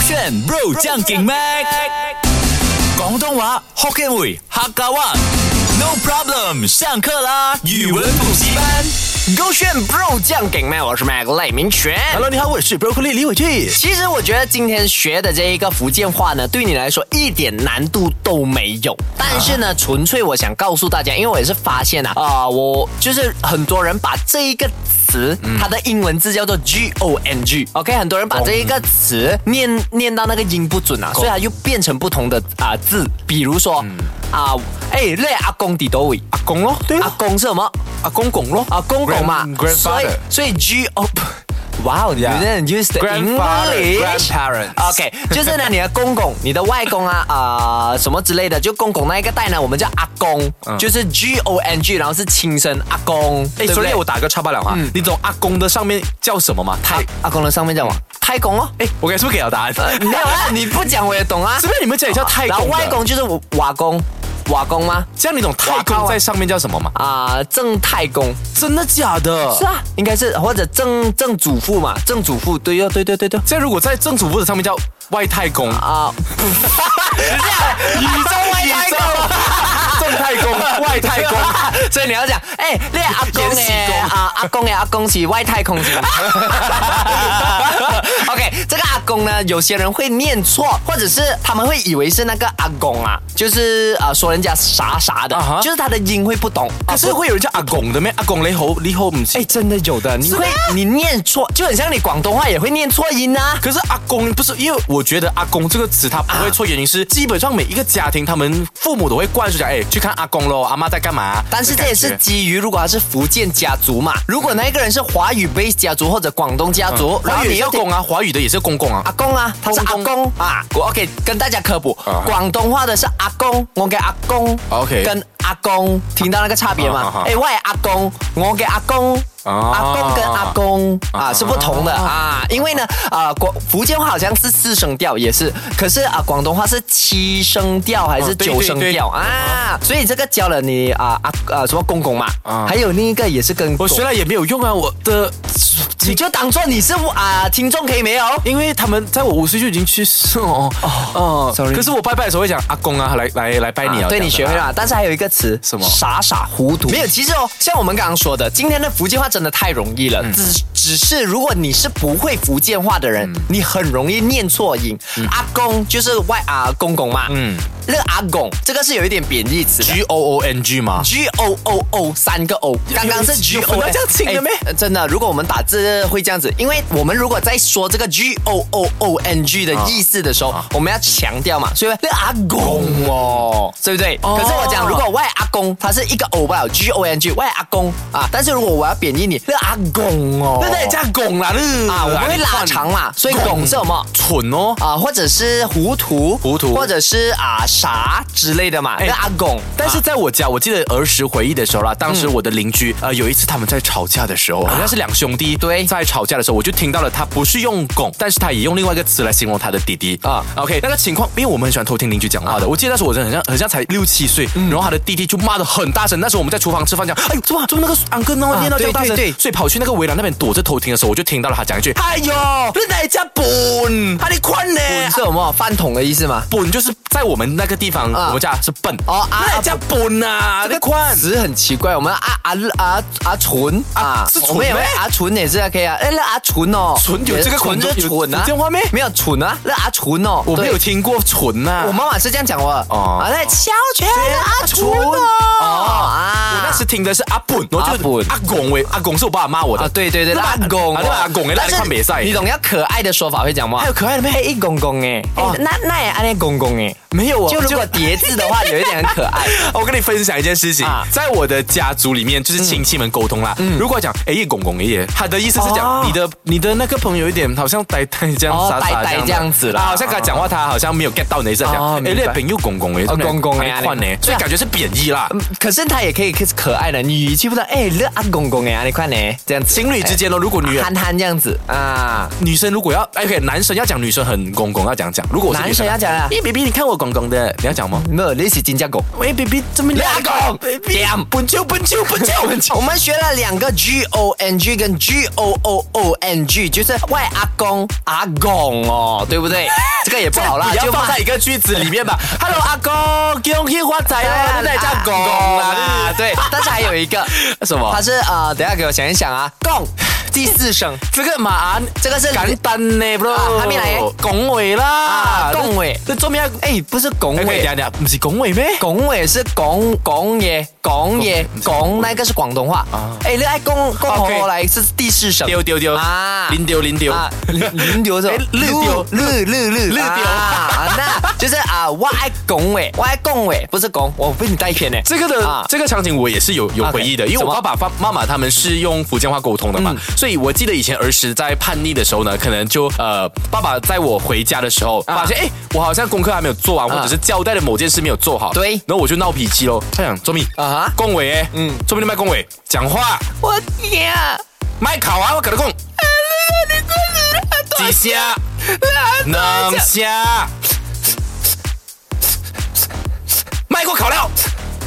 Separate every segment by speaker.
Speaker 1: 选 Bro 将劲 Mac，广东话 Hokkien 语客家话。No problem，上课啦！语文补习班。
Speaker 2: 勾选 Bro 酱给麦，我是 Mac 赖明全。
Speaker 1: Hello，你好，我是 Broccoli 李伟俊。
Speaker 2: 其实我觉得今天学的这一个福建话呢，对你来说一点难度都没有。但是呢，纯粹我想告诉大家，因为我也是发现啊，啊、我就是很多人把这一个词，它的英文字叫做 G O N G，OK，、很多人把这一个词念念到那个音不准啊，所以它就变成不同的啊、字，比如说啊，哎、那阿公底多位，阿公咯，
Speaker 1: 对咯
Speaker 2: 阿公是什么？
Speaker 1: 啊，公公咯，
Speaker 2: 啊，公公嘛
Speaker 3: Grand-
Speaker 2: 所以
Speaker 3: grandfather
Speaker 2: 所以 G O，哇哦，你
Speaker 3: Yeah.
Speaker 2: 真 use the
Speaker 3: Grandfather,
Speaker 2: English。
Speaker 3: grandparents.
Speaker 2: OK，就是呢，你的公公、你的外公啊啊、什么之类的，就公公那一个代呢，我们叫阿公，
Speaker 3: 嗯
Speaker 2: 就是 G O N G，然后是亲生阿公，
Speaker 3: 哎，
Speaker 2: 对不
Speaker 3: 所
Speaker 2: 对
Speaker 3: 以我打个岔吧两话，啊你懂阿公的上面叫什么吗？
Speaker 2: 阿
Speaker 3: 太，
Speaker 2: 阿公的上面叫什么？太公哦。
Speaker 3: 哎，我该是不是给了答 案？
Speaker 2: 呃没有啦， 你不讲我也懂啊
Speaker 3: 是。不是你们这里叫太
Speaker 2: 然后
Speaker 3: 公？
Speaker 2: 外，公就是我瓦公，瓦公吗？
Speaker 3: 这样你懂太
Speaker 2: 哇靠
Speaker 3: 公在上面叫什么吗？
Speaker 2: 啊、正太公
Speaker 3: 真的假的？
Speaker 2: 是啊，应该是或者正正祖父嘛，正祖父对哦，对对对对。
Speaker 3: 这样如果在正主父的上面叫外太公，
Speaker 2: 啊，宇宙外太空，
Speaker 3: 正太公，外太 公，
Speaker 2: 所以你要讲，哎、那个阿公
Speaker 3: 延禧
Speaker 2: 诶，
Speaker 3: 宫
Speaker 2: 啊，阿公诶，阿公是外太空是吗 ？OK，这个阿公呢，有些人会念错，或者是他们会以为是那个阿公啊，就是啊、呃说人家傻傻的
Speaker 3: 啊哈
Speaker 2: 就是他的音会不懂，啊
Speaker 3: 可是啊会有人叫阿公的咩？阿公你好，你好唔是
Speaker 2: 哎、？真的有的，你会你念错，就很像你广东话也会念错音啊。
Speaker 3: 可是阿公不是，因为我觉得阿公这个词它不会错，原因
Speaker 2: 啊
Speaker 3: 是基本上每一个家庭，他们父母都会灌输讲，哎，去看阿公喽，阿妈在干嘛？
Speaker 2: 但是这也是
Speaker 3: 感觉
Speaker 2: 基于如果他是福建家族嘛，如果那一个人是华语 base 家族或者广东家族，然
Speaker 3: 华
Speaker 2: 后
Speaker 3: 语也
Speaker 2: 你
Speaker 3: 叫
Speaker 2: 要
Speaker 3: 公啊，华语的也是公公啊
Speaker 2: 阿。公啊，他是阿
Speaker 3: 公
Speaker 2: 公啊。我 OK，跟大家科普
Speaker 3: 啊，
Speaker 2: 广东话的是阿公，我嘅阿公
Speaker 3: OK
Speaker 2: 跟阿公听到那个差别
Speaker 3: 啊
Speaker 2: 吗
Speaker 3: 啊啊？
Speaker 2: 哎，我系阿公，我嘅阿公。
Speaker 3: 啊
Speaker 2: 阿公跟阿公啊
Speaker 3: 啊
Speaker 2: 是不同的啊，因为呢，啊广福建话好像是四声调也是，可是啊广东话是七声调还是
Speaker 3: 啊对
Speaker 2: 九声
Speaker 3: 对对
Speaker 2: 调啊？所以这个教了你啊啊啊什么公公嘛
Speaker 3: 啊，
Speaker 2: 还有另一个也是跟
Speaker 3: 我
Speaker 2: 公
Speaker 3: 学了也没有用啊，我的，
Speaker 2: 你就当做你是啊听众可以没有？
Speaker 3: 因为他们在我五岁就已经去世哦。哦
Speaker 2: sorry
Speaker 3: 可是我拜拜的时候会讲阿公啊，来来来拜你啊，
Speaker 2: 对你哦学会
Speaker 3: 了。
Speaker 2: 了，但是还有一个词
Speaker 3: 什么
Speaker 2: 傻傻糊涂。没有，其实哦，像我们刚刚说的，今天的福建话真的太容易了，只只是如果你是不会福建话的人，你很容易念错音。阿公就是外啊公公嘛，嗯，那个阿公这个是有一点贬义词的。
Speaker 3: G O O N G 吗？
Speaker 2: G O O O 三个 O，刚刚是 G
Speaker 3: 有
Speaker 2: O，
Speaker 3: 分到这样轻的咩
Speaker 2: 哎真的，如果我们打字会这样子，因为我们如果在说这个 G O O O N G 的意思的时
Speaker 3: 啊
Speaker 2: 候，我们要强调嘛，所以那阿公哦，对不对？
Speaker 3: 哦
Speaker 2: 可是我讲，如果我爱阿公，他是一个 O 吧，G O N G，我爱阿公啊，但是如果我要贬义你，那阿公哦，
Speaker 3: 那那叫拱啦，那
Speaker 2: 啊，我们会拉长
Speaker 3: 嗯
Speaker 2: 嘛，所以拱是什么？
Speaker 3: 蠢哦。
Speaker 2: 啊，或者是糊涂，
Speaker 3: 糊涂
Speaker 2: 或者是啊傻之类的嘛，
Speaker 3: 哎
Speaker 2: 那阿公，
Speaker 3: 但是在我家，我记得儿时回忆的时候啦，当时我的邻居，呃，有一次他们在吵架的时候，好像是两兄弟
Speaker 2: 对
Speaker 3: 在吵架的时候，我就听到了他不是用“拱”，但是他也用另外一个词来形容他的弟弟
Speaker 2: 啊
Speaker 3: 啊。OK，那个啊情况，因为我们很喜欢偷听邻居讲话的，我记得那时候我真的很像很像才六七岁，然后他的弟弟就骂的很大声，那时候我们在厨房吃饭讲，哎呦，怎么怎么那个安哥弄
Speaker 2: 啊
Speaker 3: 念到这
Speaker 2: 对
Speaker 3: 么大声
Speaker 2: 对对，
Speaker 3: 所以跑去那个围栏那边躲着偷听的时候，我就听到了他讲一句，哎呦，你哪一家本，啊你困呢？
Speaker 2: 本是什么饭桶的意思吗？
Speaker 3: 本就是在我们那个地方，
Speaker 2: 啊
Speaker 3: 我们家是笨
Speaker 2: 哦啊
Speaker 3: 那叫本啊，你宽。
Speaker 2: 词很奇怪，我们啊阿阿阿阿纯啊
Speaker 3: 是，
Speaker 2: 我
Speaker 3: 蠢
Speaker 2: 们也会
Speaker 3: 咩
Speaker 2: 阿纯也是 OK 啊，哎那阿纯哦，
Speaker 3: 蠢有
Speaker 2: 也
Speaker 3: 这个
Speaker 2: 纯
Speaker 3: 广
Speaker 2: 就
Speaker 3: 东
Speaker 2: 是
Speaker 3: 有
Speaker 2: 纯啊，
Speaker 3: 福建话咩
Speaker 2: 没有蠢啊，那阿纯哦，
Speaker 3: 我没有
Speaker 2: 对。
Speaker 3: 听过蠢啊呐、
Speaker 2: 我妈妈是这样讲我，
Speaker 3: 哦
Speaker 2: 啊，那小泉阿纯
Speaker 3: 蠢
Speaker 2: 哦，
Speaker 3: 哦我
Speaker 2: 啊
Speaker 3: 当时听的是阿本，我
Speaker 2: 阿本
Speaker 3: 就阿公喂，阿公是我爸爸骂我的。
Speaker 2: 啊，对对对，那
Speaker 3: 那
Speaker 2: 阿公哦，
Speaker 3: 啊那阿公哎
Speaker 2: 但是
Speaker 3: 那你看不可以
Speaker 2: 你懂要可爱的说法会讲吗？
Speaker 3: 还有可爱的咩哦
Speaker 2: 哎，一公公哎，哎那那也按那公公哎，
Speaker 3: 没有啊？
Speaker 2: 就如果叠字的话，有一点很可爱。
Speaker 3: 我跟你分享一件事情，
Speaker 2: 啊嗯
Speaker 3: 在我的家族里面，就是亲戚们沟通啦。如果讲哎爷公公爷爷，他的意思是
Speaker 2: 哦
Speaker 3: 讲你的你的那个朋友有点好像呆呆这样
Speaker 2: 哦
Speaker 3: 傻傻
Speaker 2: 呆呆
Speaker 3: 的
Speaker 2: 这样子啦
Speaker 3: 啊好像跟他讲话他好像没有 get 到你的意思，
Speaker 2: 哦
Speaker 3: 讲哎
Speaker 2: 明白
Speaker 3: 那朋友公公爷
Speaker 2: 哦公公哎
Speaker 3: 哎换
Speaker 2: 对
Speaker 3: 呢
Speaker 2: 啊，
Speaker 3: 所以感觉是贬义啦。
Speaker 2: 嗯可是他也可以可爱的，你语气不到，哎，那阿公公哎，啊你快呢，这样子
Speaker 3: 情侣之间呢，如果女人
Speaker 2: 憨憨这样子啊。
Speaker 3: 女生如果要哎，OK，男生要讲女生很公公，要讲讲。如果我是
Speaker 2: 男
Speaker 3: 女
Speaker 2: 生
Speaker 3: 生啊
Speaker 2: 要讲啊
Speaker 3: 咦，baby，你看我公公的，你要讲吗？
Speaker 2: 没有，你是金家狗。
Speaker 3: 喂，baby，怎么
Speaker 2: 两公两
Speaker 3: 本就本就本就本 就
Speaker 2: 我们学了两个 G O N G 跟 G O O O N G，就是喂阿公阿公哦，对不 对？这个也不好啦，
Speaker 3: 你要
Speaker 2: 就
Speaker 3: 啊放
Speaker 2: 骂
Speaker 3: 在一个句子里面 吧。Hello，阿公，恭喜发财
Speaker 2: 哎
Speaker 3: 哦！那也叫公啊，对
Speaker 2: 对。但是还有 一个
Speaker 3: 什么
Speaker 2: 它是呃，等一下给我想一想啊，公第四声，
Speaker 3: 这个马鞍，
Speaker 2: 这个是
Speaker 3: 简单呢
Speaker 2: 啊
Speaker 3: ，bro，
Speaker 2: 还没来
Speaker 3: 拱尾啦
Speaker 2: 啊，拱尾
Speaker 3: 这做咩？
Speaker 2: 哎，不是拱
Speaker 3: 哎，
Speaker 2: 尾
Speaker 3: 等一下，等一下，不是拱尾咩？
Speaker 2: 拱尾是拱拱爷，拱爷
Speaker 3: 不是
Speaker 2: 拱那个是广东话
Speaker 3: 啊。
Speaker 2: 哎，你爱拱拱
Speaker 3: OK
Speaker 2: 红来是第四声
Speaker 3: 丢丢丢
Speaker 2: 啊
Speaker 3: 零丢零丢，
Speaker 2: 啊，轮流是吧
Speaker 3: 哎绿丢
Speaker 2: 绿绿绿绿
Speaker 3: 绿丢
Speaker 2: 啊，那就是啊，我爱拱尾，我爱拱尾，不是拱，我被你带偏呢。
Speaker 3: 这个的、
Speaker 2: 啊
Speaker 3: 这个场景我也是有有回忆的
Speaker 2: OK，
Speaker 3: 因为我
Speaker 2: 什么
Speaker 3: 爸爸、爸妈妈他们是用福建话沟通的嘛，所以我记得以前儿时在叛逆的时候呢，可能就呃，爸爸在我回家的时候，
Speaker 2: 啊
Speaker 3: 发现哎、诶我好像功课还没有做完，
Speaker 2: 啊
Speaker 3: 或者是交代的某件事没有做好，
Speaker 2: 对
Speaker 3: 然后我就闹脾气喽，他讲周密
Speaker 2: 啊
Speaker 3: 啊
Speaker 2: 哈，
Speaker 3: 恭维哎，嗯
Speaker 2: 嗯，
Speaker 3: 周密你卖恭维，讲话
Speaker 2: 我天啊，
Speaker 3: 卖考啊，我可能讲几下，两下，卖过考料，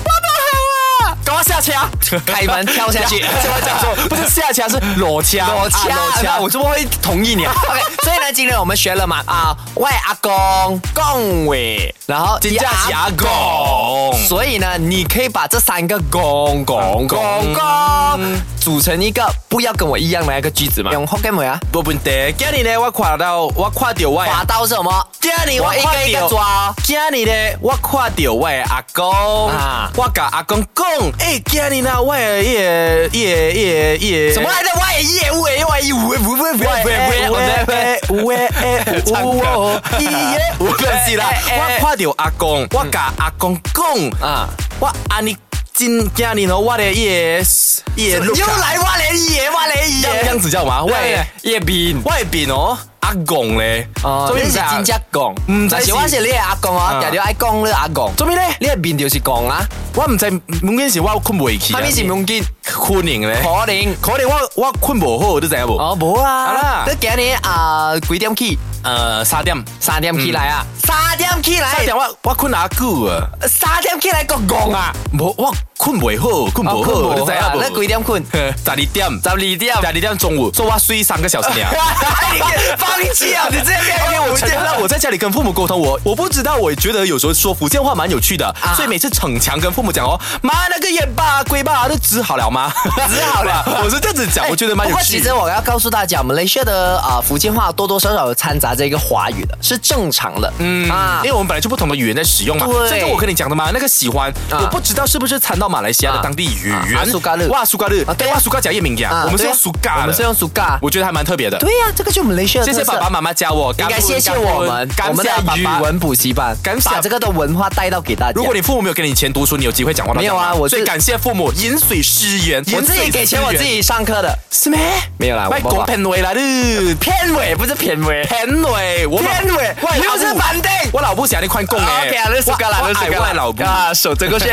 Speaker 3: 爸爸好啊，赶快下车。
Speaker 2: 开门跳下去。
Speaker 3: 这么 讲说，不是下掐是裸掐，
Speaker 2: 裸
Speaker 3: 啊
Speaker 2: 掐
Speaker 3: 裸掐，
Speaker 2: 那
Speaker 3: 我
Speaker 2: 我
Speaker 3: 怎么会同意你啊？
Speaker 2: OK，所以呢，今天我们学了嘛啊，外阿公共尾，然后
Speaker 3: 金价
Speaker 2: 牙
Speaker 3: 牙拱，
Speaker 2: 所以呢，你可以把这三个公公公公组成一个不要跟我一样的那个句子嘛，用 Hokkien 尾啊，
Speaker 3: 不问题。今日呢，我看到我看到我的
Speaker 2: 滑，到是什么？
Speaker 3: 今日
Speaker 2: 我一个一个抓哦。
Speaker 3: 今日呢，我看到我的阿公，
Speaker 2: 啊
Speaker 3: 我甲阿公讲，诶，今日呢，我的耶耶耶耶，
Speaker 2: 什么来着？我也业务诶，我也业务不不不不
Speaker 3: 喂喂喂喂喂，我一耶，我 关系啦。
Speaker 2: 欸
Speaker 3: 我看到阿
Speaker 2: 嗯
Speaker 3: 公，我甲阿公讲，
Speaker 2: 啊！
Speaker 3: 我安尼真今日呢，我的耶耶
Speaker 2: 又来挖雷爷，挖雷
Speaker 3: 这样这样
Speaker 2: 爷，
Speaker 3: 子叫嘛？
Speaker 2: 对
Speaker 3: 外
Speaker 2: 叶斌
Speaker 3: 外边哦，阿公咧，
Speaker 2: 哦，你是
Speaker 3: 啊
Speaker 2: 真正讲，
Speaker 3: 唔知
Speaker 2: 但
Speaker 3: 是
Speaker 2: 是我是你的阿公
Speaker 3: 啊
Speaker 2: 哦，人哋爱讲你的阿公，
Speaker 3: 做咩咧？
Speaker 2: 你的面就是讲啊，
Speaker 3: 我唔知，唔件事我困袂去啊，
Speaker 2: 下面是用见
Speaker 3: 可能咧，
Speaker 2: 可能。
Speaker 3: 可能我我困无好，你知无？
Speaker 2: 哦，冇
Speaker 3: 好啦
Speaker 2: 啦，你今日啊幾點起？
Speaker 3: 呃，三點，
Speaker 2: 三點起來啊？三點起
Speaker 3: 三
Speaker 2: 來
Speaker 3: 點，我我困阿久啊，
Speaker 2: 三點起來個戆啊！
Speaker 3: 無我困袂好，困
Speaker 2: 哦
Speaker 3: 無好，你知
Speaker 2: 好啊
Speaker 3: 影
Speaker 2: 你幾
Speaker 3: 無？
Speaker 2: 點困？
Speaker 3: 十二點，
Speaker 2: 十二點
Speaker 3: 十。二點中午，所以我睡三個小 時啊。
Speaker 2: 哎你 放棄啊！你這邊
Speaker 3: OK，我承认了，我在家里跟父母沟通，我我不知道，我觉得有时候说福建话蛮有趣的，
Speaker 2: 啊
Speaker 3: 所以每次逞强跟父母讲哦，妈那个眼吧、龟吧都治好了吗？
Speaker 2: 治好了 哎
Speaker 3: 我是这样子讲，我觉得蛮
Speaker 2: 不
Speaker 3: 有
Speaker 2: 过
Speaker 3: 趣
Speaker 2: 其。实我要告诉大家，我们雷学的啊、呃福建话多多少少有掺杂着一个华语的，是正常的。嗯啊
Speaker 3: 因为我们本来就不同的语言在使用嘛，
Speaker 2: 对
Speaker 3: 这个我跟你讲的嘛，那个喜欢，
Speaker 2: 啊
Speaker 3: 我不知道是不是掺到马来西亚的
Speaker 2: 啊
Speaker 3: 当地语
Speaker 2: 啊啊
Speaker 3: 言。
Speaker 2: 苏嘎勒
Speaker 3: 哇，苏嘎勒
Speaker 2: 啊，对
Speaker 3: 对，
Speaker 2: 啊
Speaker 3: 哇，苏嘎讲叶明呀，我们是用苏
Speaker 2: 对啊
Speaker 3: 嘎
Speaker 2: 我
Speaker 3: 的
Speaker 2: 们是，用苏嘎。
Speaker 3: 我觉得还蛮特别的。
Speaker 2: 对呀、这啊个就我们雷学的
Speaker 3: 谢
Speaker 2: 特色。
Speaker 3: 谢爸爸妈妈教我，
Speaker 2: 应该
Speaker 3: 感恩
Speaker 2: 谢谢我们
Speaker 3: 感
Speaker 2: 我们的语
Speaker 3: 谢爸爸
Speaker 2: 文补习班，
Speaker 3: 感谢
Speaker 2: 把这个的文化带到给大家。
Speaker 3: 如果你父母没有给你钱读书，你有机会讲话到
Speaker 2: 没有啊
Speaker 3: 讲话
Speaker 2: 我是
Speaker 3: 所以感谢父母饮水思源，
Speaker 2: 我自己给钱，我自己上课的。
Speaker 3: 是咩？
Speaker 2: 没有啦我
Speaker 3: 卖
Speaker 2: 爸爸
Speaker 3: 公片尾来的，
Speaker 2: 片尾不是片尾，
Speaker 3: 片尾，我老
Speaker 2: 片尾
Speaker 3: 我老
Speaker 2: 又是
Speaker 3: 母
Speaker 2: 反对
Speaker 3: 我老婆想你宽供诶
Speaker 2: OK 啊，那是干啦，那
Speaker 3: 我我
Speaker 2: 是
Speaker 3: 爱
Speaker 2: 干
Speaker 3: 我的老婆
Speaker 2: 啊，手整个是。